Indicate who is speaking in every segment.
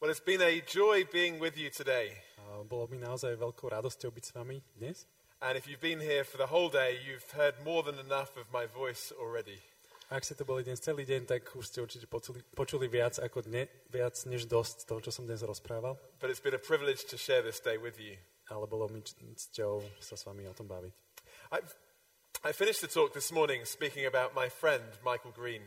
Speaker 1: Well, it's been a joy being with you today.
Speaker 2: A Bolo mi naozaj veľkou radosťou byť s vami dnes.
Speaker 1: And if you've been here for the whole day, you've heard more than enough of my voice already.
Speaker 2: Ak ste tu boli dnes celý deň, tak už ste určite počuli, počuli viac, ako dne, viac než dosť toho, čo som dnes rozprával.
Speaker 1: But it's been a privilege to share this day with you.
Speaker 2: Ale bolo mi č- cťou sa s vami o tom baviť.
Speaker 1: I, I finished the talk this morning speaking about my friend, Michael Green.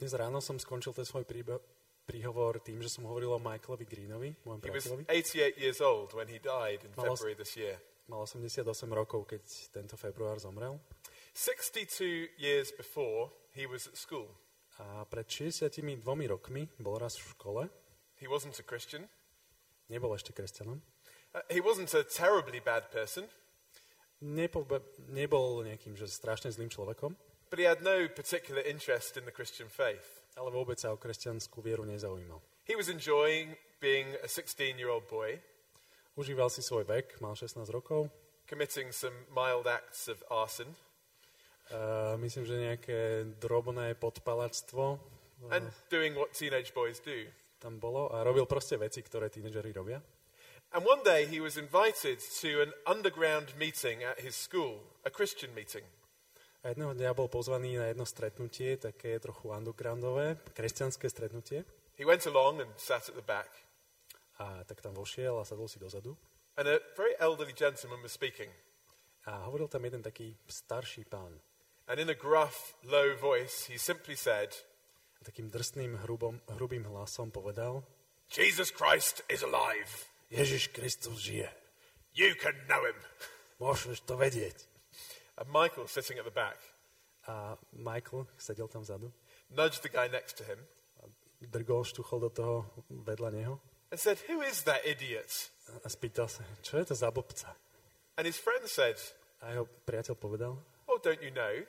Speaker 2: Dnes ráno som skončil ten svoj príbe- príhovor tým, že som hovoril o Michaelovi Greenovi, môjom
Speaker 1: He was
Speaker 2: priateľovi.
Speaker 1: 88 years old when he died in
Speaker 2: Well, that's-
Speaker 1: February this year.
Speaker 2: Mal 88 rokov, keď tento február zomrel.
Speaker 1: 62 years before, he was at school.
Speaker 2: A pred 62 rokmi bol raz v škole,
Speaker 1: He wasn't a Christian.
Speaker 2: nebol ešte kresťanom,
Speaker 1: Uh, he wasn't a terribly bad person,
Speaker 2: Nepobe- nebol nejakým že strašne zlým človekom,
Speaker 1: but he had no particular interest in the Christian faith.
Speaker 2: ale vôbec sa o kresťanskú vieru nezaujímal.
Speaker 1: He was enjoying being a 16 year old boy,
Speaker 2: Užíval si svoj vek, mal 16 rokov,
Speaker 1: committing some mild acts of arson,
Speaker 2: uh, myslím, že nejaké drobné podpalačstvo uh,
Speaker 1: and doing what teenage boys do.
Speaker 2: tam bolo a robil proste veci, ktoré tínedžeri robia.
Speaker 1: And one day he was invited to an underground meeting at his school, a Christian meeting.
Speaker 2: A jedného dňa bol pozvaný na jedno stretnutie, také trochu undergroundové, kresťanské stretnutie.
Speaker 1: He went along and sat at the back,
Speaker 2: A tak tam vošiel a sadol si dozadu.
Speaker 1: and a very elderly gentleman was speaking.
Speaker 2: A hovoril tam jeden taký starší pán.
Speaker 1: And in a gruff, low voice, he simply said,
Speaker 2: A takým drsným, hrubom, hrubým hlasom povedal,
Speaker 1: Jesus Christ is alive.
Speaker 2: Ježiš Kristus žije.
Speaker 1: You can know him.
Speaker 2: Môžeš to vedieť.
Speaker 1: And Michael, sitting at the back,
Speaker 2: A Michael sedel tam vzadu,
Speaker 1: nudged the guy next to him
Speaker 2: drgol, štuchol do toho vedľa neho
Speaker 1: and said, Who is that idiot?
Speaker 2: a spýtal sa, čo je to za blbca?
Speaker 1: And his friend said,
Speaker 2: A jeho priateľ povedal,
Speaker 1: Oh, don't you know?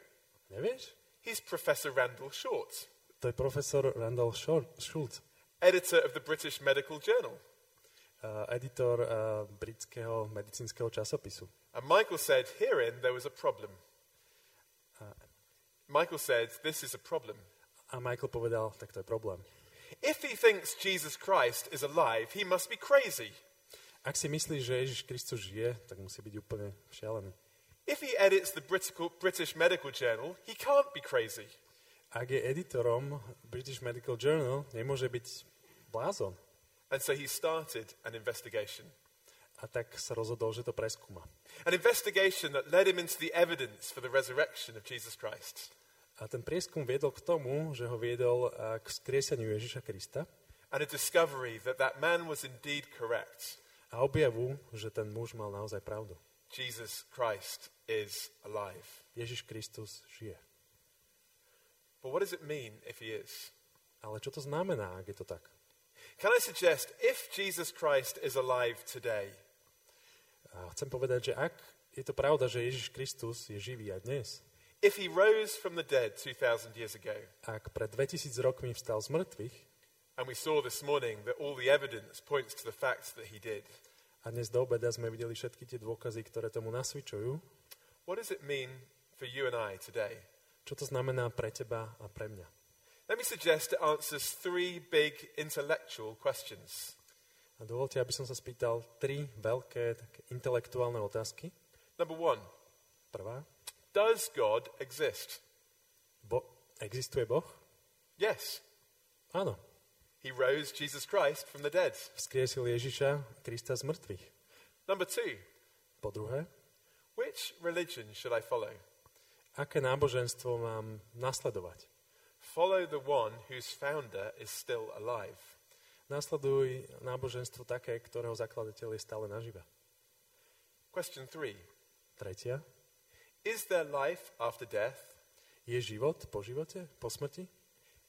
Speaker 2: nevieš?
Speaker 1: He's Professor Randall Short,
Speaker 2: To je profesor Randall Shor- Schultz,
Speaker 1: editor of the British Medical Journal.
Speaker 2: uh, editor uh, britského medicínskeho časopisu.
Speaker 1: And Michael said, Herein there was a problem. Uh, Michael said, This is a problem.
Speaker 2: A Michael povedal, tak to je problém.
Speaker 1: If he thinks Jesus Christ is alive, he must be crazy.
Speaker 2: Ak si myslíš, že Ježiš Kristus žije, tak musí byť úplne šialený.
Speaker 1: If he edits the Britico- British Medical Journal, he can't be crazy.
Speaker 2: Ak je editorom British Medical Journal, nemôže byť blázon.
Speaker 1: And so he started an investigation.
Speaker 2: A tak sa rozhodol, že to preskúma.
Speaker 1: An investigation that led him into the evidence for the resurrection of Jesus Christ.
Speaker 2: A ten prieskum viedol k tomu, že ho viedol a, k skrieseniu Ježiša Krista
Speaker 1: And a discovery that that man was indeed correct.
Speaker 2: a objavu, že ten muž mal naozaj pravdu.
Speaker 1: Jesus Christ is alive.
Speaker 2: Ježiš Kristus žije.
Speaker 1: But what does it mean if he is?
Speaker 2: Ale čo to znamená, ak je to tak?
Speaker 1: Can I suggest if Jesus Christ is alive today,
Speaker 2: A chcem povedať, že ak je to pravda, že Ježiš Kristus je živý aj dnes,
Speaker 1: if he rose from the dead 2,000 years ago,
Speaker 2: ak pred 2000 rokmi vstal z mŕtvych
Speaker 1: and we saw this morning that all the evidence points to the fact that he did,
Speaker 2: a dnes do obeda sme videli všetky tie dôkazy, ktoré tomu nasvičujú,
Speaker 1: what does it mean for you and I today?
Speaker 2: čo to znamená pre teba a pre mňa?
Speaker 1: Let me suggest it answers three big intellectual questions.
Speaker 2: A dovolte, aby som sa spýtal tri veľké také intelektuálne otázky.
Speaker 1: Number one,
Speaker 2: Prvá,
Speaker 1: does God exist?
Speaker 2: bo- existuje Boh?
Speaker 1: Yes,
Speaker 2: Áno,
Speaker 1: he rose Jesus Christ from the dead.
Speaker 2: vzkriesil Ježiša Krista z mŕtvych.
Speaker 1: Number two,
Speaker 2: Po druhé,
Speaker 1: which religion should I follow?
Speaker 2: aké náboženstvo mám nasledovať?
Speaker 1: Follow the one whose founder is still alive.
Speaker 2: Nasleduj náboženstvo také, ktorého zakladateľ je stále naživa.
Speaker 1: Question three
Speaker 2: Tretia,
Speaker 1: Is there life after death?
Speaker 2: je život po živote, po smrti?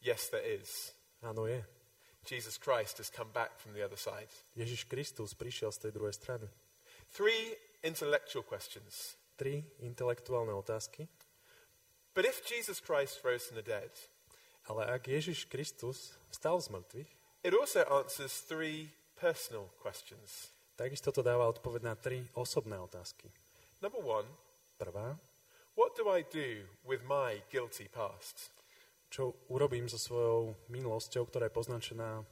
Speaker 1: Yes, there is.
Speaker 2: Áno, je.
Speaker 1: Jesus Christ has come back from the other side.
Speaker 2: Ježiš Kristus prišiel z tej druhej strany.
Speaker 1: Three intellectual questions.
Speaker 2: Tri intelektuálne otázky.
Speaker 1: But if Jesus Christ rose from the dead,
Speaker 2: Ale ak Ježiš Kristus vstal z mŕtvych,
Speaker 1: it also answers three personal questions.
Speaker 2: takisto to dáva odpoveď na tri osobné otázky.
Speaker 1: Number one,
Speaker 2: Prvá,
Speaker 1: what do I do with my guilty past?
Speaker 2: čo urobím so svojou minulosťou, ktorá je poznačená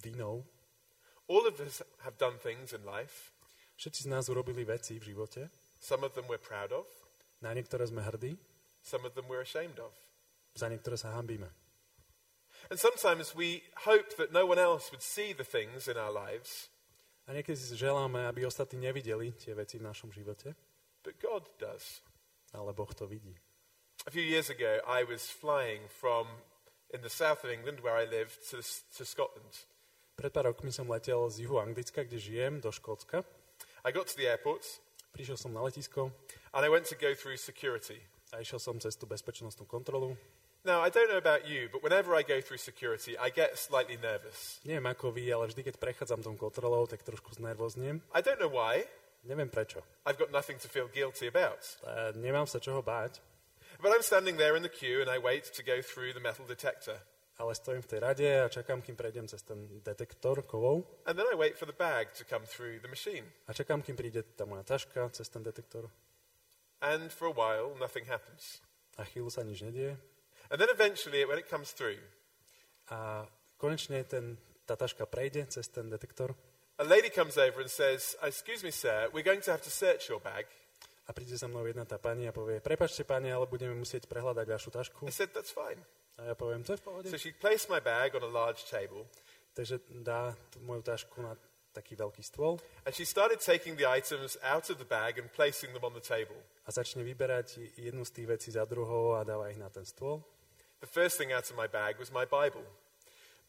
Speaker 2: vinou
Speaker 1: All of us have done things in life.
Speaker 2: Všetci z nás urobili veci v živote.
Speaker 1: Some of them we're proud of,
Speaker 2: Na niektoré sme hrdí,
Speaker 1: some of them we're ashamed of.
Speaker 2: za niektoré sa hambíme.
Speaker 1: And sometimes we hope that no one else would see the things in our lives,
Speaker 2: A niekedy si želáme, aby ostatní nevideli tie veci v našom živote,
Speaker 1: but God does.
Speaker 2: ale Boh to vidí.
Speaker 1: A few years ago, I was flying from in the south of England, where I live, to, to Scotland.
Speaker 2: Pred pár rokmi som letel z juhu Anglicka, kde žijem, do Škótska.
Speaker 1: I got to the airport
Speaker 2: Prišiel som na letisko
Speaker 1: and I went to go through security.
Speaker 2: a išiel som cez tú bezpečnostnú kontrolu.
Speaker 1: Now, I don't know about you, but whenever I go through security, I get slightly nervous.
Speaker 2: Neviem ako vy, ale vždy, keď prechádzam tou kontrolou, tak trošku znervoznem.
Speaker 1: I don't know why.
Speaker 2: Neviem prečo.
Speaker 1: I've got nothing to feel guilty about.
Speaker 2: E, nemám sa čoho báť,
Speaker 1: But I'm standing there in the queue and I wait to go through the metal detector.
Speaker 2: ale stojím v tej rade a čakám, kým prejdem cez ten detektor kovov
Speaker 1: And then I wait for the bag to come through the machine.
Speaker 2: a čakám, kým príde tá moja taška cez ten detektor.
Speaker 1: And for a while, nothing happens.
Speaker 2: A chvíľu sa nič nedieje.
Speaker 1: And then eventually, when it comes through,
Speaker 2: A konečne ten, tá taška prejde cez ten detektor
Speaker 1: a lady comes over and says, "Uh, Excuse me, sir, we're going to have to search your bag.
Speaker 2: a príde za mnou jedna tá pani a povie, prepačte pani, ale budeme musieť prehľadať vašu tašku.
Speaker 1: I said, That's fine.
Speaker 2: A ja poviem, to je v pohode.
Speaker 1: So she placed my bag on a large table
Speaker 2: Takže dá tú moju tašku na taký veľký stôl
Speaker 1: and she started taking the items out of the bag and placing them on the table.
Speaker 2: a začne vyberať jednu z tých vecí za druhou a dáva ich na ten stôl.
Speaker 1: The first thing out of my bag was my Bible.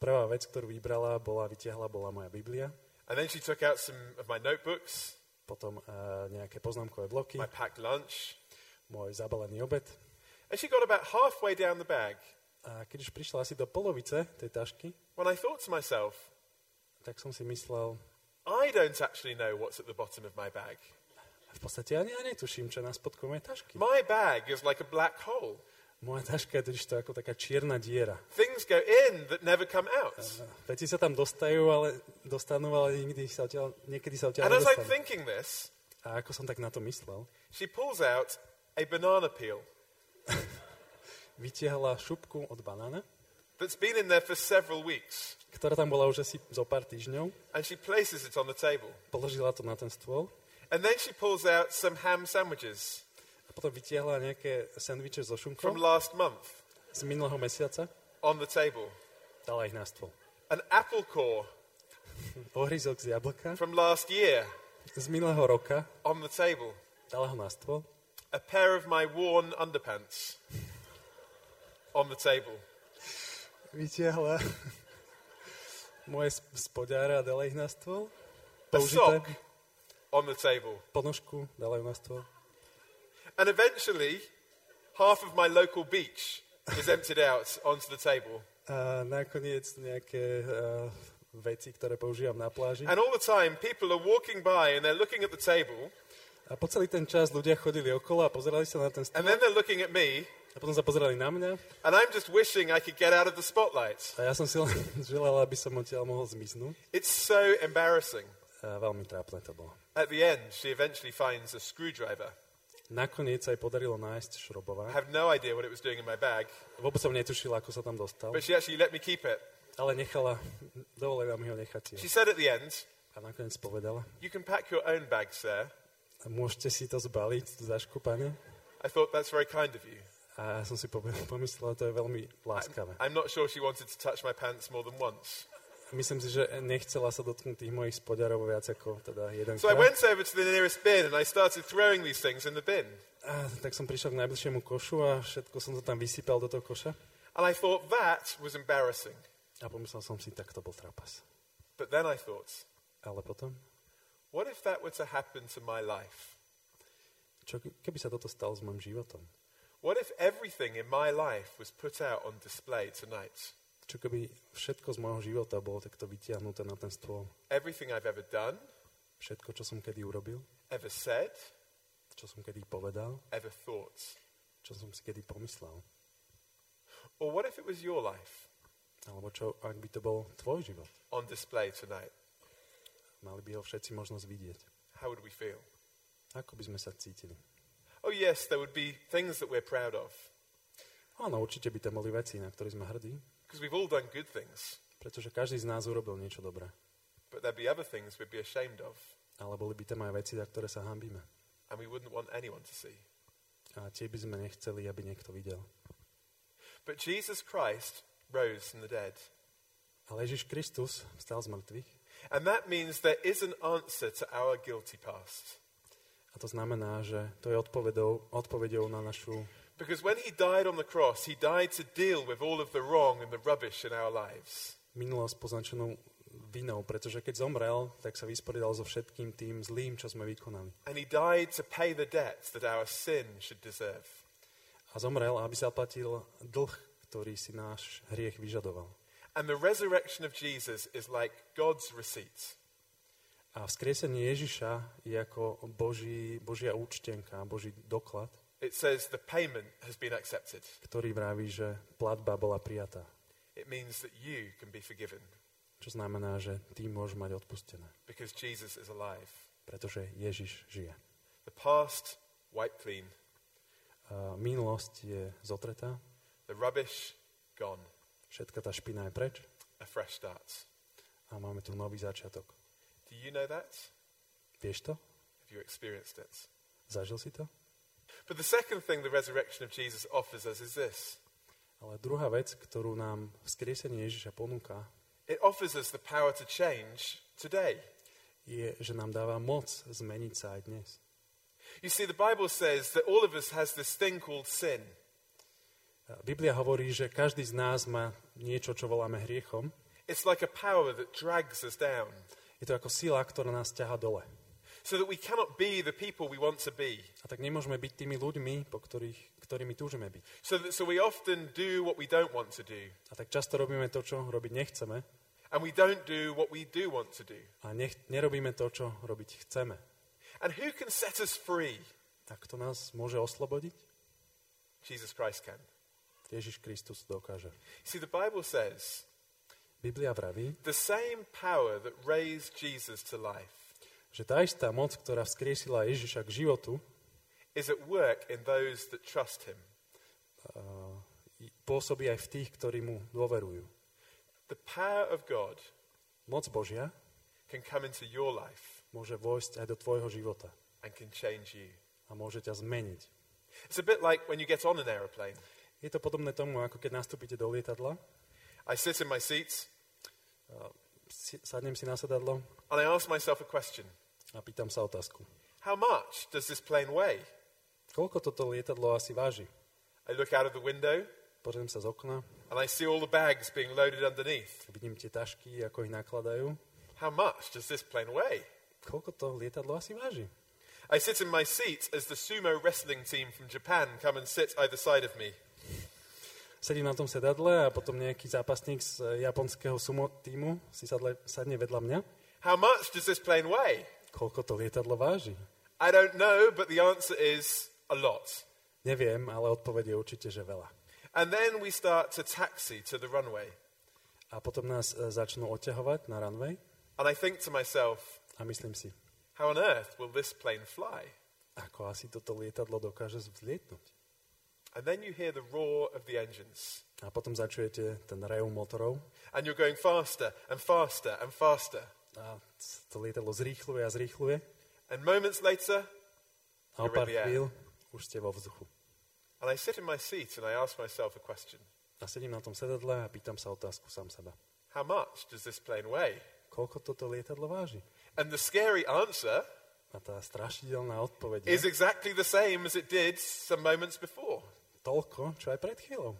Speaker 2: Prvá vec, ktorú vybrala, bola, vytiahla, bola moja Biblia,
Speaker 1: And then she took out some of my notebooks,
Speaker 2: potom eh, nejaké poznámkové bloky,
Speaker 1: my packed lunch,
Speaker 2: môj zabalený obed.
Speaker 1: and she got about halfway down the bag
Speaker 2: A keď už prišla asi do polovice tej tašky,
Speaker 1: when I thought to myself,
Speaker 2: tak som si myslel,
Speaker 1: I don't actually know what's at the bottom of my bag.
Speaker 2: v podstate ja, ne- ja netuším, čo je na spodku mojej tašky.
Speaker 1: My bag is like a black hole.
Speaker 2: Moja taška je totiž to ako taká čierna diera.
Speaker 1: Things go in that never come out.
Speaker 2: Veci sa tam dostajú, ale dostanú, ale nikdy sa odtiaľ, niekedy sa odtiaľ
Speaker 1: And as I'm
Speaker 2: nedostanú.
Speaker 1: thinking this,
Speaker 2: A ako som tak na to myslel,
Speaker 1: she pulls out a banana peel
Speaker 2: vytiahla šupku od banána,
Speaker 1: that's been in there for several weeks
Speaker 2: ktorá tam bola už asi zo pár týždňov,
Speaker 1: and she places it on the table.
Speaker 2: položila to na ten stôl
Speaker 1: And then she pulls out some ham sandwiches
Speaker 2: a potom vytiahla nejaké sendviče so
Speaker 1: from
Speaker 2: šunkou
Speaker 1: last month
Speaker 2: z minulého mesiaca,
Speaker 1: on the table,
Speaker 2: dala ich na stôl.
Speaker 1: an apple core
Speaker 2: Ohryzok z jablka
Speaker 1: from last year
Speaker 2: z minulého roka,
Speaker 1: on the table,
Speaker 2: dala ho na stôl,
Speaker 1: a pair of my worn underpants on the table,
Speaker 2: vytiahla moje sp- spodiare a dala ich na stôl,
Speaker 1: a
Speaker 2: použité
Speaker 1: sock on the table.
Speaker 2: ponožku, dala ju na stôl.
Speaker 1: And eventually, half of my local beach is emptied out onto the table.
Speaker 2: A nakoniec nejaké uh, veci, ktoré používam na pláži.
Speaker 1: And all the time, people are walking by and they're looking at the table,
Speaker 2: A po celý ten čas ľudia chodili okolo a pozerali sa na ten stôl
Speaker 1: and then they're looking at me,
Speaker 2: a potom sa pozerali na mňa
Speaker 1: and I'm just wishing I could get out of the spotlight.
Speaker 2: a ja som si len želal, aby som odtiaľ mohol zmiznúť.
Speaker 1: It's so embarrassing.
Speaker 2: A veľmi trápne to bolo.
Speaker 1: At the end, she eventually finds a screwdriver.
Speaker 2: Nakoniec sa jej podarilo nájsť
Speaker 1: I
Speaker 2: šrobovák.
Speaker 1: have no idea what it was doing in my bag,
Speaker 2: Vôbec som netušil, ako sa tam dostal,
Speaker 1: but she actually let me keep it.
Speaker 2: ale nechala, dovolila mi ho nechať
Speaker 1: She
Speaker 2: tiež.
Speaker 1: said at the end,
Speaker 2: A nakoniec povedala,
Speaker 1: You can pack your own bag, sir.
Speaker 2: môžete si to zbaliť, tú zašku, pane?
Speaker 1: I thought that's very kind of you.
Speaker 2: A ja som si pobe- pomyslel, to je veľmi láskavé.
Speaker 1: I'm not sure she wanted to touch my pants more than once.
Speaker 2: Myslím si, že nechcela sa dotknúť tých mojich spodiarov viac ako teda jeden
Speaker 1: So I
Speaker 2: krát.
Speaker 1: went over to the nearest bin and I started throwing these things in the bin.
Speaker 2: A, tak som prišiel k najbližšiemu košu a všetko som to tam vysypal do toho koša.
Speaker 1: And I thought that was embarrassing.
Speaker 2: A pomyslel som si, tak to bol trapas.
Speaker 1: But then I thought,
Speaker 2: Ale potom,
Speaker 1: what if that were to happen to my life?
Speaker 2: čo ke- keby sa toto stalo s môjim životom?
Speaker 1: What if everything in my life was put out on display tonight?
Speaker 2: Čo keby všetko z môjho života bolo takto vytiahnuté na ten stôl?
Speaker 1: Everything I've ever done,
Speaker 2: Všetko, čo som kedy urobil,
Speaker 1: ever said,
Speaker 2: čo som kedy povedal,
Speaker 1: ever thought.
Speaker 2: čo som si kedy pomyslel.
Speaker 1: Or what if it was your life
Speaker 2: Alebo čo, ak by to bol tvoj život?
Speaker 1: on display tonight?
Speaker 2: Mali by ho všetci možnosť vidieť.
Speaker 1: How would we feel?
Speaker 2: Ako by sme sa cítili?
Speaker 1: Oh, yes, there would be things that we're proud of,
Speaker 2: Áno, určite by tam boli veci, na ktoré sme hrdí,
Speaker 1: because we've all done good things.
Speaker 2: pretože každý z nás urobil niečo dobré.
Speaker 1: but there'd be other things we'd be ashamed of,
Speaker 2: ale boli by tam aj veci, za ktoré sa hambíme.
Speaker 1: and we wouldn't want anyone to see.
Speaker 2: A tie by sme nechceli, aby niekto videl.
Speaker 1: But Jesus Christ rose from the dead.
Speaker 2: Ale Ježiš Kristus vstal z mŕtvych
Speaker 1: And that means there is an answer to our guilty past.
Speaker 2: a to znamená, že to je odpovedou, odpovedou na našu...
Speaker 1: Because when he died on the cross, he died to deal with all of the wrong and the rubbish in our lives.
Speaker 2: minulosť poznačenú vinou, pretože keď zomrel, tak sa vysporiadal so všetkým tým zlým, čo sme vykonali.
Speaker 1: And he died to pay the debt that our sin should deserve.
Speaker 2: A zomrel, aby zaplatil dlh, ktorý si náš hriech vyžadoval.
Speaker 1: And the resurrection of Jesus is like God's receipt.
Speaker 2: A vzkriesenie Ježiša je ako Boží, Božia účtenka, Boží doklad,
Speaker 1: It says the payment has been accepted.
Speaker 2: ktorý vraví, že platba bola prijatá.
Speaker 1: It means that you can be forgiven
Speaker 2: Čo znamená, že ty môžeš mať odpustené,
Speaker 1: because Jesus is alive.
Speaker 2: pretože Ježiš žije.
Speaker 1: The past wiped clean,
Speaker 2: A minulosť je zotretá,
Speaker 1: the rubbish gone,
Speaker 2: všetka tá špina je preč
Speaker 1: a fresh start.
Speaker 2: a máme tu nový začiatok.
Speaker 1: Do you know that?
Speaker 2: Vieš to?
Speaker 1: Have you experienced it?
Speaker 2: Zažil si to?
Speaker 1: But the second thing the resurrection of Jesus offers us is this
Speaker 2: Ale druhá vec, ktorú nám vzkriesenie Ježiša ponúka,
Speaker 1: it offers us the power to change today.
Speaker 2: je, že nám dáva moc zmeniť sa aj dnes.
Speaker 1: You see, the Bible says that all of us has this thing called sin.
Speaker 2: Biblia hovorí, že každý z nás má niečo, čo voláme hriechom.
Speaker 1: It's like a power that drags us down
Speaker 2: Je to ako sila, ktorá nás ťaha dole.
Speaker 1: so that we cannot be the people we want to be.
Speaker 2: A tak nemôžeme byť tými ľuďmi, po ktorých, ktorými túžime byť.
Speaker 1: So, that, so we often do what we don't want to do,
Speaker 2: A tak často robíme to, čo robiť nechceme
Speaker 1: and we don't do what we do want to do.
Speaker 2: a nech, nerobíme to, čo robiť chceme.
Speaker 1: And who can set us free?
Speaker 2: A kto nás môže oslobodiť?
Speaker 1: Jesus Christ can.
Speaker 2: Ježiš Kristus dokáže.
Speaker 1: See, the Bible says
Speaker 2: Biblia vraví,
Speaker 1: the same power that raised Jesus to life
Speaker 2: že tá istá moc, ktorá vzkriesila Ježiša k životu,
Speaker 1: is at work in those that trust him.
Speaker 2: uh, pôsobí aj v tých, ktorí mu dôverujú.
Speaker 1: The power of God
Speaker 2: Moc Božia
Speaker 1: can come into your life
Speaker 2: môže vojsť aj do tvojho života
Speaker 1: and can change you.
Speaker 2: a môže ťa zmeniť.
Speaker 1: It's a bit like when you get on an aeroplane.
Speaker 2: Je to podobné tomu, ako keď nastúpite do lietadla,
Speaker 1: I sit in my seat
Speaker 2: si- sadnem si na sedadlo
Speaker 1: and I ask myself a question
Speaker 2: a pýtam sa otázku.
Speaker 1: How much does this plane weigh?
Speaker 2: Koľko toto lietadlo asi váži?
Speaker 1: I look out of the window
Speaker 2: Pozriem sa z okna,
Speaker 1: and I see all the bags being loaded underneath.
Speaker 2: vidím tie tašky, ako ich nakladajú.
Speaker 1: How much does this plane weigh?
Speaker 2: Koľko to lietadlo asi váži?
Speaker 1: I sit in my seat as the sumo wrestling team from Japan come and sit either side of me.
Speaker 2: Sedím na tom sedadle a potom nejaký zápasník z e, japonského sumo týmu si sadle, sadne vedľa mňa.
Speaker 1: How much does this plane weigh?
Speaker 2: Koľko to lietadlo váži?
Speaker 1: I don't know, but the answer is a lot.
Speaker 2: Neviem, ale odpoveď je určite, že veľa.
Speaker 1: And then we start to taxi to the runway.
Speaker 2: A potom nás e, začnú odťahovať na runway
Speaker 1: And I think to myself,
Speaker 2: a myslím si,
Speaker 1: how on earth will this plane fly?
Speaker 2: ako asi toto lietadlo dokáže vzlietnúť.
Speaker 1: And then you hear the roar of the engines.
Speaker 2: A potom začujete ten rejú motorov
Speaker 1: And you're going faster and faster and faster.
Speaker 2: a c- to lietadlo zrýchluje a zrýchluje
Speaker 1: And moments later,
Speaker 2: a o
Speaker 3: You're
Speaker 2: pár
Speaker 1: in the air.
Speaker 2: chvíľ už ste vo vzduchu.
Speaker 1: and I sit in my seat and I ask myself a question
Speaker 2: A sedím na tom sedadle a pýtam sa otázku sám seba.
Speaker 1: How much does this plane weigh?
Speaker 2: Koľko toto lietadlo váži?
Speaker 1: And the scary answer
Speaker 2: A tá strašidelná odpoveď
Speaker 1: is
Speaker 2: je
Speaker 1: exactly the same as it did some moments before.
Speaker 2: toľko, čo aj pred chvíľou.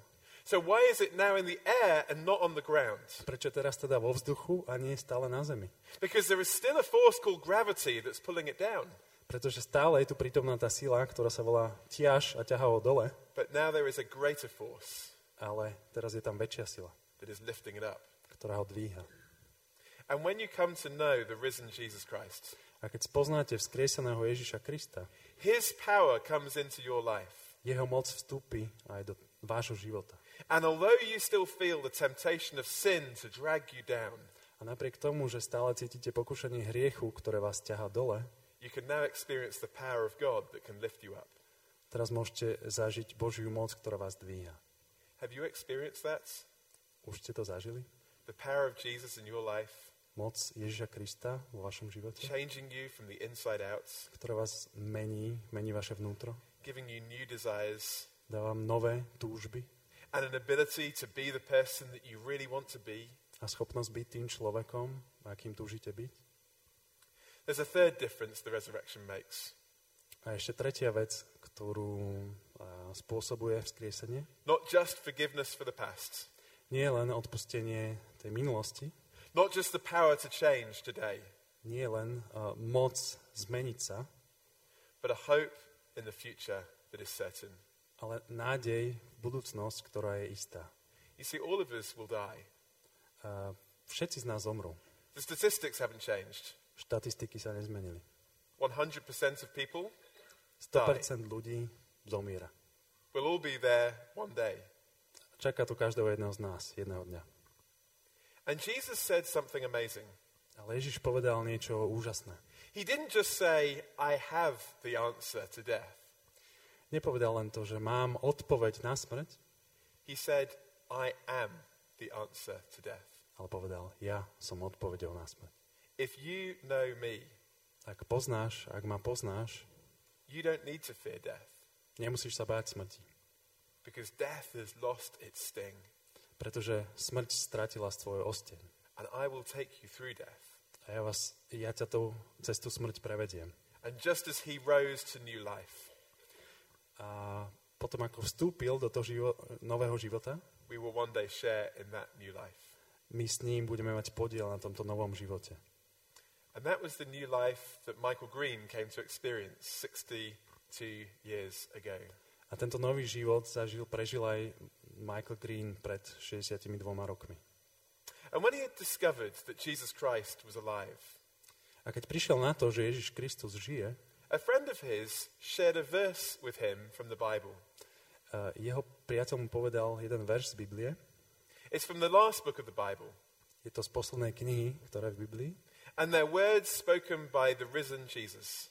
Speaker 1: So, why is it now in the air and not on the ground?
Speaker 2: Prečo teraz teda vo vzduchu a nie stále na zemi?
Speaker 1: Because there is still a force called gravity that's pulling it down,
Speaker 2: Pretože stále je tu prítomná tá sila, ktorá sa volá ťaž a ťahá ho dole,
Speaker 1: but now there is a greater force
Speaker 2: ale teraz je tam väčšia sila,
Speaker 1: that is lifting it up.
Speaker 2: ktorá ho dvíha.
Speaker 1: And when you come to know the risen Jesus Christ,
Speaker 2: A keď spoznáte vzkrieseného Ježiša Krista,
Speaker 1: his power comes into your life.
Speaker 2: jeho moc vstúpi aj do vášho života.
Speaker 1: And although you still feel the temptation of sin to drag you down,
Speaker 2: A napriek tomu, že stále cítite pokušenie hriechu, ktoré vás ťaha dole,
Speaker 1: you can now experience the power of God that can lift you up.
Speaker 2: teraz môžete zažiť Božiu moc, ktorá vás dvíha.
Speaker 1: Have you experienced that?
Speaker 2: Už ste to zažili?
Speaker 1: The power of Jesus in your life,
Speaker 2: moc Ježiša Krista vo vašom živote,
Speaker 1: changing you from the inside out,
Speaker 2: ktorá vás mení, mení vaše vnútro,
Speaker 1: giving you new desires,
Speaker 2: dáva vám nové túžby
Speaker 1: and an ability to be the person that you really want to be.
Speaker 2: a schopnosť byť tým človekom, akým túžite byť.
Speaker 1: There's a third difference the resurrection makes.
Speaker 2: A ešte tretia vec, ktorú a, spôsobuje vzkriesenie,
Speaker 1: Not just forgiveness for the past,
Speaker 2: nie je len odpustenie tej minulosti,
Speaker 1: not just the power to change today,
Speaker 2: nie je len a, moc zmeniť sa,
Speaker 1: but a hope in the future that is certain.
Speaker 2: ale nádej, budúcnosť, ktorá je istá.
Speaker 1: You see, all of us will die.
Speaker 2: A všetci z nás zomrú.
Speaker 1: The statistics haven't changed.
Speaker 2: Štatistiky sa nezmenili.
Speaker 1: 100% of people
Speaker 2: 100% ľudí zomiera.
Speaker 1: will all be there one day.
Speaker 2: Čaká to každého jedného z nás jedného dňa.
Speaker 1: And Jesus said something amazing.
Speaker 2: Ale Ježiš povedal niečo úžasné.
Speaker 1: He didn't just say, I have the answer to death.
Speaker 2: Nepovedal len to, že mám odpoveď na smrť,
Speaker 1: He said, I am the answer to death.
Speaker 2: ale povedal, ja som odpovedou na smrť.
Speaker 1: If you know me,
Speaker 2: Ak poznáš, ak ma poznáš,
Speaker 1: you don't need to fear death
Speaker 2: nemusíš sa báť smrti.
Speaker 1: because death has lost its sting,
Speaker 2: Pretože smrť stratila svoj osteň.
Speaker 1: and I will take you through death.
Speaker 2: A ja, vás, ja ťa tou cestu smrť prevediem.
Speaker 1: And just as he rose to new life,
Speaker 2: A potom, ako vstúpil do toho živo- nového života,
Speaker 1: we will one day share in that new life.
Speaker 2: my s ním budeme mať podiel na tomto novom živote.
Speaker 1: And that was the new life that Michael Green came to experience 62 years ago.
Speaker 2: A tento nový život zažil, prežil aj Michael Green pred 62 rokmi.
Speaker 1: And when he had discovered that Jesus Christ was alive,
Speaker 2: A keď prišiel na to, že Ježiš Kristus žije, eh,
Speaker 1: a friend of his shared a verse with him from the Bible.
Speaker 2: eh, jeho priateľ mu povedal jeden verš z Biblie.
Speaker 1: It's from the last book of the Bible.
Speaker 2: Je to z poslednej knihy, ktorá je v Biblii.
Speaker 1: And they're words spoken by the risen Jesus.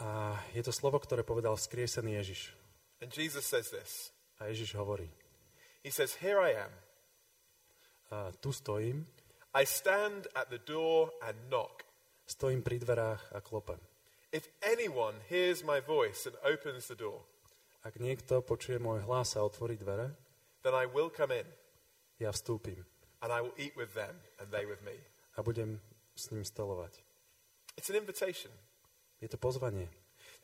Speaker 2: A je to slovo, ktoré povedal vzkriesený Ježiš.
Speaker 1: And Jesus says this
Speaker 2: A Ježiš hovorí,
Speaker 1: He says, Here I am.
Speaker 2: a tu stojím,
Speaker 1: I stand at the door and knock.
Speaker 2: stojím pri dverách a klopem.
Speaker 1: If anyone hears my voice and opens the door,
Speaker 2: Ak niekto počuje môj hlas a otvorí dvere,
Speaker 1: then I will come in
Speaker 2: ja vstúpim
Speaker 1: and I will eat with them and they with me.
Speaker 2: a budem s ním stolovať.
Speaker 1: It's an invitation.
Speaker 2: Je to pozvanie.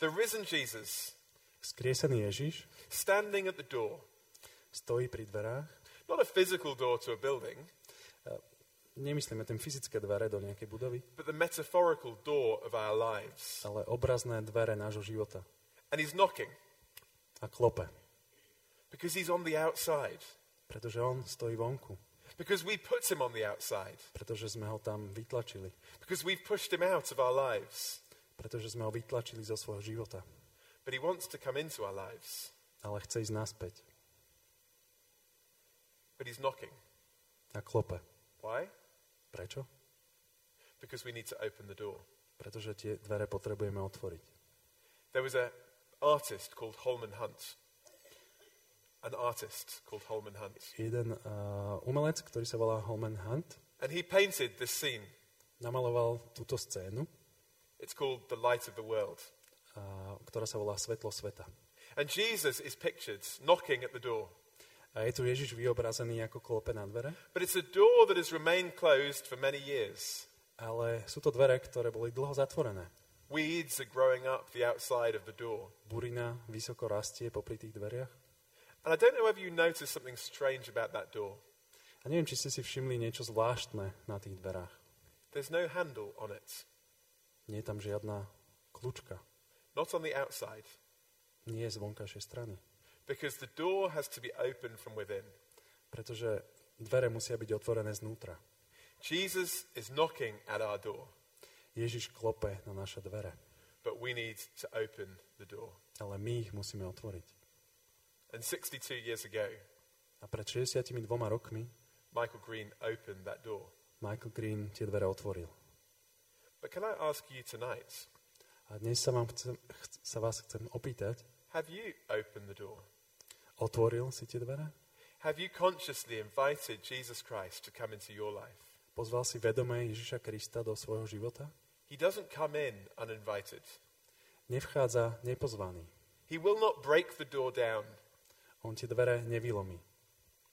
Speaker 1: The risen Jesus
Speaker 2: Skriesený Ježiš
Speaker 1: standing at the door,
Speaker 2: stojí pri dverách.
Speaker 1: not a physical door to a building,
Speaker 2: Nemyslíme tým fyzické dvere do nejakej budovy,
Speaker 1: but the metaphorical door of our lives.
Speaker 2: ale obrazné dvere nášho života.
Speaker 1: And he's knocking
Speaker 2: A klope,
Speaker 1: because he's on the outside,
Speaker 2: pretože on stojí vonku,
Speaker 1: because we put him on the outside,
Speaker 2: pretože sme ho tam vytlačili,
Speaker 1: because we've pushed him out of our lives.
Speaker 2: pretože sme ho vytlačili zo svojho života,
Speaker 1: But he wants to come into our lives,
Speaker 2: ale chce ísť naspäť.
Speaker 1: but he's knocking.
Speaker 2: A klope.
Speaker 1: Why?
Speaker 2: Prečo?
Speaker 1: Because we need to open the door.
Speaker 2: Pretože tie dvere potrebujeme otvoriť.
Speaker 1: There was an artist called Holman Hunt. An artist called Holman Hunt.
Speaker 2: Jeden uh, umelec, ktorý sa volá Holman Hunt,
Speaker 1: And he painted this scene.
Speaker 2: namaloval túto scénu,
Speaker 1: It's called The Light of the World.
Speaker 2: uh, ktorá sa volá Svetlo sveta.
Speaker 1: And Jesus is pictured knocking at the door.
Speaker 2: A je tu Ježiš vyobrazený ako klope na dvere,
Speaker 1: But it's a door that has remained closed for many years.
Speaker 2: ale sú to dvere, ktoré boli dlho zatvorené.
Speaker 1: Weeds are growing up the outside of the door.
Speaker 2: Burina vysoko rastie popri tých dveriach.
Speaker 1: And I don't know whether you noticed something strange about that door.
Speaker 2: A neviem, či ste si všimli niečo zvláštne na tých dverách.
Speaker 1: There's no handle on it,
Speaker 2: Nie je tam žiadna kľúčka.
Speaker 1: not on the outside,
Speaker 2: Nie je z vonkajšej strany.
Speaker 1: because the door has to be opened from within.
Speaker 2: Pretože dvere musia byť otvorené znútra.
Speaker 1: Jesus is knocking at our door,
Speaker 2: Ježiš klope na naše dvere,
Speaker 1: but we need to open the door.
Speaker 2: ale my ich musíme otvoriť.
Speaker 1: And 62 years ago,
Speaker 2: A pred 62 rokmi
Speaker 1: Michael Green opened that door.
Speaker 2: Michael Green tie dvere otvoril.
Speaker 1: But can I ask you tonight,
Speaker 2: A dnes sa, vám chcem, chc- sa vás chcem opýtať,
Speaker 1: have you opened the door?
Speaker 2: otvoril si tie dvere?
Speaker 1: Have you consciously invited Jesus Christ to come into your life?
Speaker 2: Pozval si vedome Ježiša Krista do svojho života?
Speaker 1: He doesn't come in uninvited.
Speaker 2: Nevchádza nepozvaný.
Speaker 1: He will not break the door down,
Speaker 2: On ti dvere nevylomí.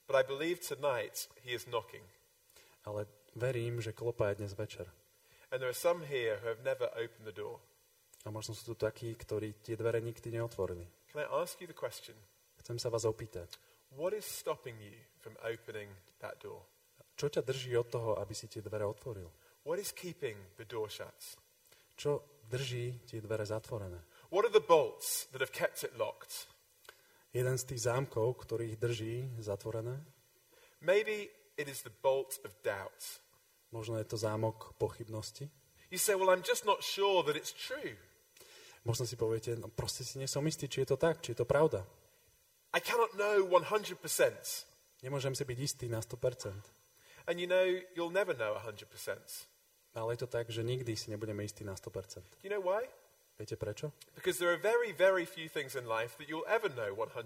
Speaker 1: but I believe tonight he is knocking.
Speaker 2: Ale verím, že klopa je dnes večer.
Speaker 1: And there are some here who have never opened the door.
Speaker 2: A možno sú tu takí, ktorí tie dvere nikdy neotvorili.
Speaker 1: Can I ask you the question?
Speaker 2: Chcem sa vás opýtať,
Speaker 1: What is stopping you from opening that door?
Speaker 2: čo ťa drží od toho, aby si tie dvere otvoril?
Speaker 1: What is keeping the door shut?
Speaker 2: Čo drží tie dvere zatvorené?
Speaker 1: What are the bolts that have kept it locked?
Speaker 2: Jeden z tých zámkov, ktorých drží zatvorené,
Speaker 1: Maybe it is the bolt of doubt.
Speaker 2: možno je to zámok pochybnosti.
Speaker 1: You say, Well, I'm just not sure that it's true.
Speaker 2: Možno si poviete, no proste si nie som istý, či je to tak, či je to pravda.
Speaker 1: I cannot know 100%.
Speaker 2: Nemôžem si byť istý na 100%.
Speaker 1: And you know, you'll never know 100%.
Speaker 2: Ale je to tak, že nikdy si nebudeme istí na 100%.
Speaker 1: You know why?
Speaker 2: Viete prečo?
Speaker 1: Because there are very, very few things in life that you'll ever know 100%.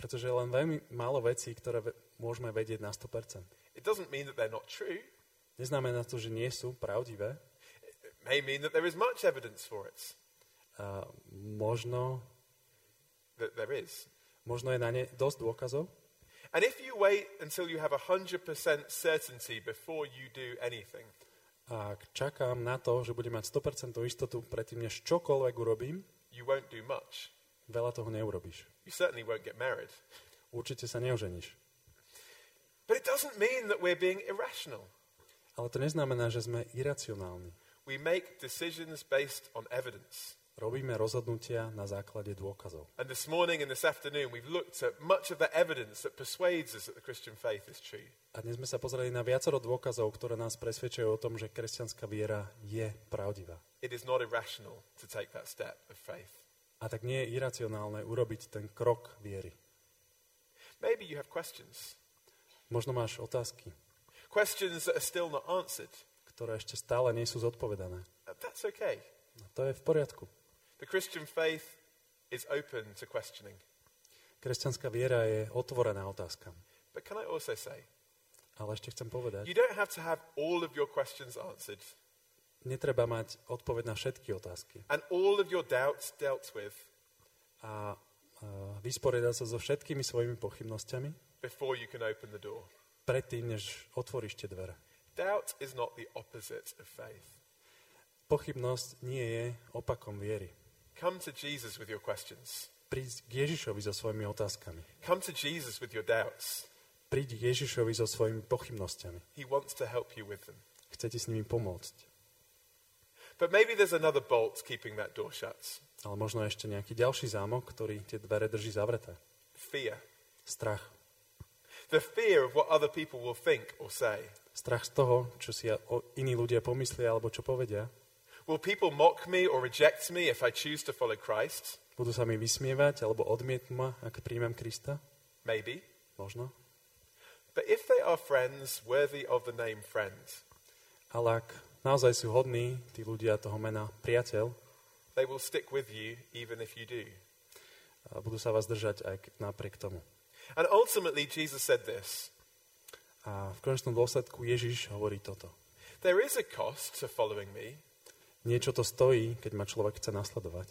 Speaker 2: Pretože je len veľmi málo vecí, ktoré ve- môžeme vedieť na 100%.
Speaker 1: It doesn't mean that they're not true.
Speaker 2: Neznamená to, že nie sú pravdivé.
Speaker 1: It may mean that there is much evidence for it,
Speaker 2: A možno,
Speaker 1: that there is.
Speaker 2: možno je na ne dosť dôkazov.
Speaker 1: And if you wait until you have 100% certainty before you do anything,
Speaker 2: A ak čakám na to, že budem mať 100% istotu predtým, než čokoľvek urobím,
Speaker 1: you won't do much.
Speaker 2: veľa toho neurobíš.
Speaker 1: You certainly won't get married.
Speaker 2: Určite sa neoženíš.
Speaker 1: But it doesn't mean that we're being irrational.
Speaker 2: Ale to neznamená, že sme iracionálni.
Speaker 1: We make decisions based on evidence.
Speaker 2: Robíme rozhodnutia na základe dôkazov.
Speaker 1: And this morning and this afternoon, we've looked at much of the evidence that persuades us that the Christian faith is true.
Speaker 2: A dnes sme sa pozreli na viacero dôkazov, ktoré nás presvedčujú o tom, že kresťanská viera je pravdivá.
Speaker 1: It is not irrational to take that step of faith.
Speaker 2: A tak nie je iracionálne urobiť ten krok viery.
Speaker 1: Maybe you have questions,
Speaker 2: Možno máš otázky,
Speaker 1: questions that are still not answered.
Speaker 2: ktoré ešte stále nie sú zodpovedané.
Speaker 1: Uh, That's okay.
Speaker 2: A to je v poriadku.
Speaker 1: The Christian faith is open to questioning.
Speaker 2: Kresťanská viera je otvorená otázka.
Speaker 1: But can I also say,
Speaker 2: Ale ešte chcem
Speaker 1: you
Speaker 2: povedať,
Speaker 1: don't have to have all of your questions answered
Speaker 2: netreba mať odpoveď na všetky otázky.
Speaker 1: and all of your doubts dealt with
Speaker 2: A, a vysporiadať sa so všetkými svojimi pochybnosťami
Speaker 1: before you can open the door.
Speaker 2: predtým, než otvoríš tie dvere.
Speaker 1: Doubt is not the opposite of faith.
Speaker 2: Pochybnosť nie je opakom viery.
Speaker 1: Come to Jesus with your questions.
Speaker 2: Príď k Ježišovi so svojimi otázkami.
Speaker 1: Come to Jesus with your doubts.
Speaker 2: Príď k Ježišovi so svojimi pochybnosťami.
Speaker 1: He wants to help you with them.
Speaker 2: Chce ti s nimi pomôcť.
Speaker 1: But maybe there's another bolt keeping that door shut
Speaker 2: Ale možno ešte nejaký ďalší zámok, ktorý tie dvere drží zavreté.
Speaker 1: fear.
Speaker 2: Strach.
Speaker 1: The fear of what other people will think or say.
Speaker 2: Strach z toho, čo si o- iní ľudia pomyslia alebo čo povedia.
Speaker 1: Will people mock me or reject me if I choose to follow Christ?
Speaker 2: Budú sa mi vysmievať alebo odmietnú ma, ak príjmem Krista?
Speaker 1: Maybe.
Speaker 2: Možno.
Speaker 1: But if they are friends worthy of the name friend,
Speaker 2: Ale ak naozaj sú hodní tí ľudia toho mena priateľ,
Speaker 1: they will stick with you even if you do.
Speaker 2: a budú sa vás držať aj k- napriek tomu.
Speaker 1: And ultimately, Jesus said this
Speaker 2: A v konečnom dôsledku Ježiš hovorí toto.
Speaker 1: There is a cost to following me,
Speaker 2: Niečo to stojí, keď ma človek chce nasledovať,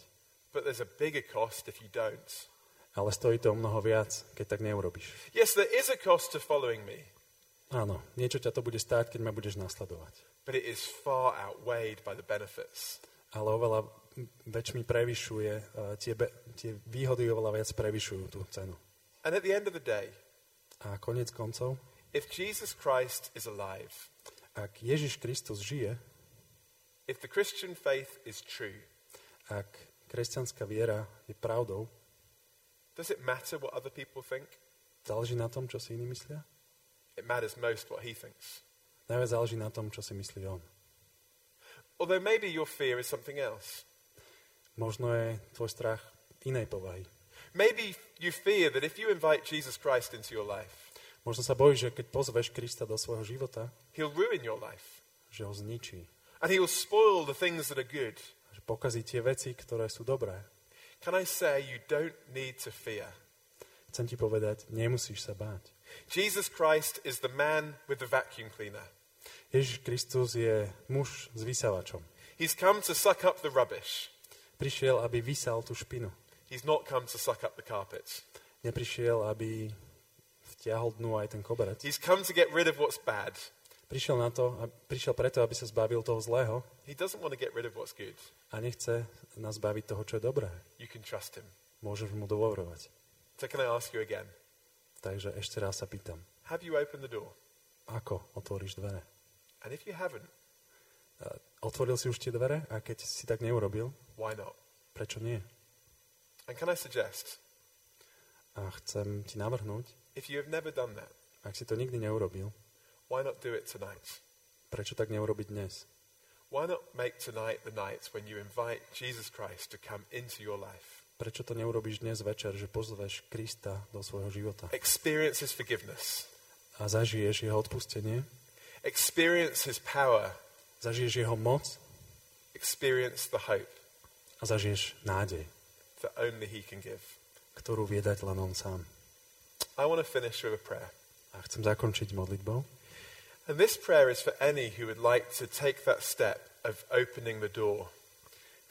Speaker 1: but there's a bigger cost if you don't.
Speaker 2: ale stojí to o mnoho viac, keď tak neurobiš.
Speaker 1: Yes, there is a cost to following me,
Speaker 2: Áno, niečo ťa to bude stáť, keď ma budeš nasledovať.
Speaker 1: but it is far outweighed by the benefits.
Speaker 2: Ale oveľa väčšmi prevyšuje, eh, tie, be, tie výhody oveľa viac prevyšujú tú cenu.
Speaker 1: And at the end of the day,
Speaker 2: A konec koncov,
Speaker 1: if Jesus Christ is alive,
Speaker 2: ak Ježiš Kristus žije,
Speaker 1: if the Christian faith is true,
Speaker 2: ak kresťanská viera je pravdou,
Speaker 1: does it matter what other people think?
Speaker 2: záleží na tom, čo si iní myslia?
Speaker 1: It matters most what he thinks.
Speaker 2: Najviac záleží na tom, čo si myslí on.
Speaker 1: Although maybe your fear is something else.
Speaker 2: Možno je tvoj strach inej povahy.
Speaker 1: Maybe you fear that if you invite Jesus Christ into your life,
Speaker 2: Možno sa bojíš, že keď pozveš Krista do svojho života,
Speaker 1: he'll ruin your life
Speaker 2: že ho zničí.
Speaker 1: and he will spoil the things that are good.
Speaker 2: Že pokazí tie veci, ktoré sú dobré.
Speaker 1: Can I say you don't need to fear?
Speaker 2: Chcem ti povedať, nemusíš sa báť.
Speaker 1: Jesus Christ is the man with the vacuum cleaner.
Speaker 2: Ježiš Kristus je muž s vysavačom.
Speaker 1: He's come to suck up the rubbish.
Speaker 2: Prišiel, aby vysal tú špinu.
Speaker 1: He's not come to suck up the carpets.
Speaker 2: Neprišiel, aby vtiahol dnu aj ten koberec.
Speaker 1: He's come to get rid of what's bad.
Speaker 2: Prišiel, na to, a- prišiel preto, aby sa zbavil toho zlého
Speaker 1: He doesn't want to get rid of what's good.
Speaker 2: a nechce nás baviť toho, čo je dobré.
Speaker 1: You can trust him.
Speaker 2: Môžeš mu dôverovať.
Speaker 1: So, can I ask you again?
Speaker 2: Takže ešte raz sa pýtam,
Speaker 1: Have you opened the door?
Speaker 2: ako otvoríš dvere?
Speaker 1: And if you haven't,
Speaker 2: A Otvoril si už tie dvere a keď si tak neurobil,
Speaker 1: why not?
Speaker 2: prečo nie?
Speaker 1: And can I suggest,
Speaker 2: A chcem ti navrhnúť,
Speaker 1: if you have never done that,
Speaker 2: ak si to nikdy neurobil,
Speaker 1: why not do it tonight?
Speaker 2: prečo tak neurobiť dnes?
Speaker 1: Why not make tonight the night when you invite Jesus Christ to come into your life?
Speaker 2: Prečo to neurobiš dnes večer, že pozveš Krista do svojho života
Speaker 1: Experience his forgiveness,
Speaker 2: a zažiješ jeho odpustenie,
Speaker 1: experience his power,
Speaker 2: zažiješ jeho moc
Speaker 1: experience the hope
Speaker 2: a zažiješ nádej,
Speaker 1: that only he can give.
Speaker 2: ktorú vie dať len on sám.
Speaker 1: I want to finish with a prayer.
Speaker 2: A chcem zakončiť modlitbou.
Speaker 1: And this prayer is for any who would like to take that step of opening the door.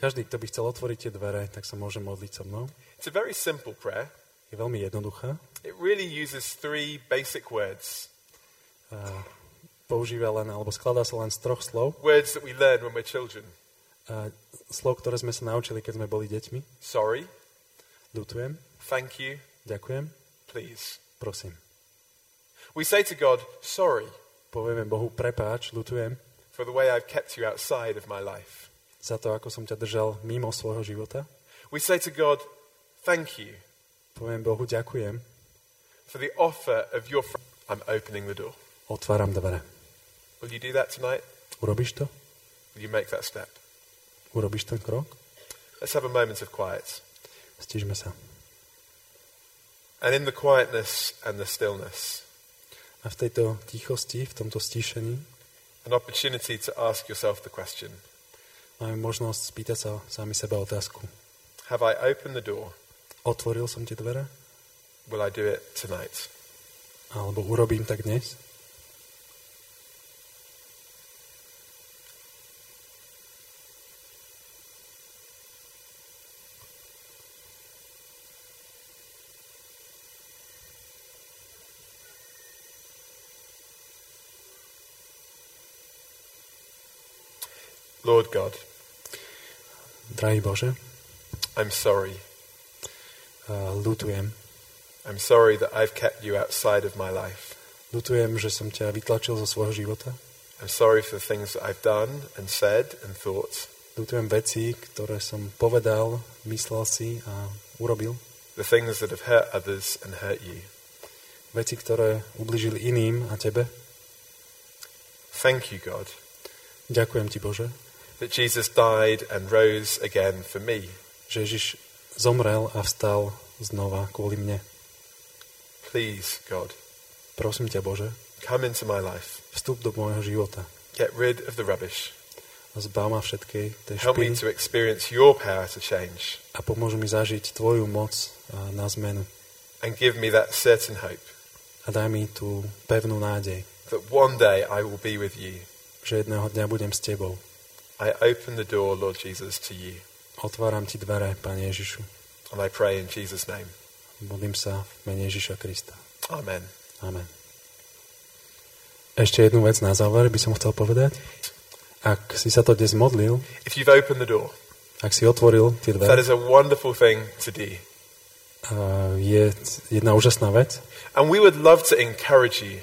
Speaker 2: Každý, kto by chcel otvoriť tie dvere, tak sa môže modliť so mnou.
Speaker 1: It's a very simple prayer.
Speaker 2: Je veľmi jednoduchá.
Speaker 1: It really uses three basic words
Speaker 2: Používa len, alebo skladá sa len z troch slov.
Speaker 1: words that we learn when we're children
Speaker 2: A slov, ktoré sme sa naučili, keď sme boli deťmi.
Speaker 1: sorry,
Speaker 2: Ľutujem,
Speaker 1: thank you,
Speaker 2: ďakujem,
Speaker 1: please.
Speaker 2: prosím.
Speaker 1: We say to God, sorry
Speaker 2: Povieme Bohu, prepáč, ľutujem
Speaker 1: for the way I've kept you outside of my life.
Speaker 2: za to, ako som ťa držal mimo svojho života.
Speaker 1: We say to God, thank you
Speaker 2: Poviem Bohu, ďakujem,
Speaker 1: for the offer of your friend. I'm opening the door.
Speaker 2: otváram dvere.
Speaker 1: Will you do that tonight?
Speaker 2: Urobíš to?
Speaker 1: Will you make that step?
Speaker 2: Urobíš ten krok?
Speaker 1: Let's have a moment of quiet.
Speaker 2: Stížme sa.
Speaker 1: And in the quietness and the stillness,
Speaker 2: A v tejto tichosti, v tomto stíšení,
Speaker 1: an opportunity to ask yourself the question
Speaker 2: máme možnosť spýtať sa sami seba otázku.
Speaker 1: Have I opened the door?
Speaker 2: Otvoril som tie dvere?
Speaker 1: Will I do it tonight?
Speaker 2: Alebo urobím tak dnes?
Speaker 1: Lord God,
Speaker 2: Drahý Bože,
Speaker 1: I'm sorry.
Speaker 2: a ľutujem.
Speaker 1: I'm sorry that I've kept you outside of my life.
Speaker 2: Ľutujem, že som ťa vytlačil zo svojho života.
Speaker 1: I'm sorry for the things that I've done and said and thought,
Speaker 2: Ľutujem veci, ktoré som povedal, myslel si a urobil.
Speaker 1: the things that have hurt others and hurt you.
Speaker 2: Veci, ktoré ubližili iným a tebe.
Speaker 1: Thank you, God,
Speaker 2: Ďakujem ti, Bože,
Speaker 1: that Jesus died and rose again for me.
Speaker 2: že Ježiš zomrel a vstal znova kvôli mne.
Speaker 1: Please, God,
Speaker 2: Prosím ťa, Bože,
Speaker 1: come into my life.
Speaker 2: vstup do môjho života.
Speaker 1: Get rid of the rubbish.
Speaker 2: Zbav ma všetkej tej
Speaker 1: Help me
Speaker 2: špiny
Speaker 1: to experience your power to change
Speaker 2: a pomôž mi zažiť Tvoju moc a, na zmenu.
Speaker 1: and give me that certain hope
Speaker 2: A daj mi tú pevnú nádej,
Speaker 1: that one day I will be with you.
Speaker 2: že jedného dňa budem s Tebou.
Speaker 1: I open the door, Lord Jesus, to you.
Speaker 2: Otváram Ti dvere, Pane Ježišu.
Speaker 1: And I pray in Jesus' name.
Speaker 2: Modlím sa v mene Ježiša Krista.
Speaker 1: Amen.
Speaker 2: Amen. Ešte jednu vec na záver by som chcel povedať. Ak si sa to dnes modlil,
Speaker 1: If you've opened the door,
Speaker 2: ak si otvoril tie
Speaker 1: that
Speaker 2: dvere,
Speaker 1: is a wonderful thing to do.
Speaker 2: a je jedna úžasná vec
Speaker 1: And we would love to encourage you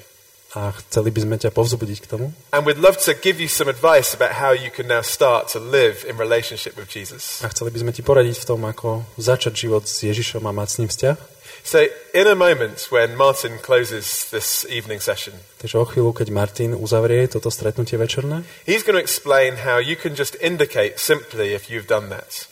Speaker 2: a chceli by sme ťa povzbudiť k tomu
Speaker 1: and we'd love to give you some advice about how you can now start to live in relationship with Jesus.
Speaker 2: a chceli by sme ti poradiť v tom, ako začať život s Ježišom a mať s ním vzťah.
Speaker 1: So, in a moment when Martin closes this evening session,
Speaker 2: Takže o chvíľu, keď Martin uzavrie toto stretnutie večerné,
Speaker 1: he's going to explain how you can just indicate simply if you've done that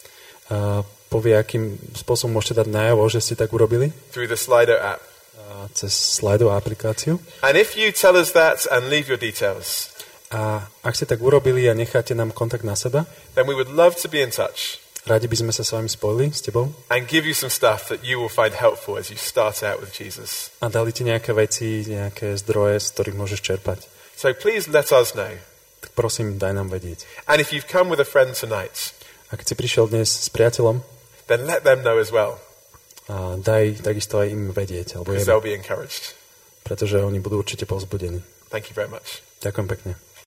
Speaker 2: a povie, akým spôsobom môžete dať najavo, že ste tak urobili
Speaker 1: through the Slido app.
Speaker 2: a cez Slido aplikáciu.
Speaker 1: And if you tell us that and leave your details,
Speaker 2: A ak ste tak urobili a necháte nám kontakt na seba,
Speaker 1: then we would love to be in touch
Speaker 2: radi by sme sa s vami spojili s tebou
Speaker 1: and give you some stuff that you will find helpful as you start out with Jesus.
Speaker 2: a dali ti nejaké veci, nejaké zdroje, z ktorých môžeš čerpať.
Speaker 1: So please let us know.
Speaker 2: tak prosím, daj nám vedieť.
Speaker 1: And if you've come with a friend tonight,
Speaker 2: A keď si prišiel dnes s priateľom,
Speaker 1: then let them know as well,
Speaker 2: a daj takisto aj im vedieť, alebo
Speaker 1: because
Speaker 2: jem,
Speaker 1: they'll be encouraged.
Speaker 2: pretože oni budú určite povzbudení.
Speaker 1: Thank you very much.
Speaker 2: Ďakujem pekne.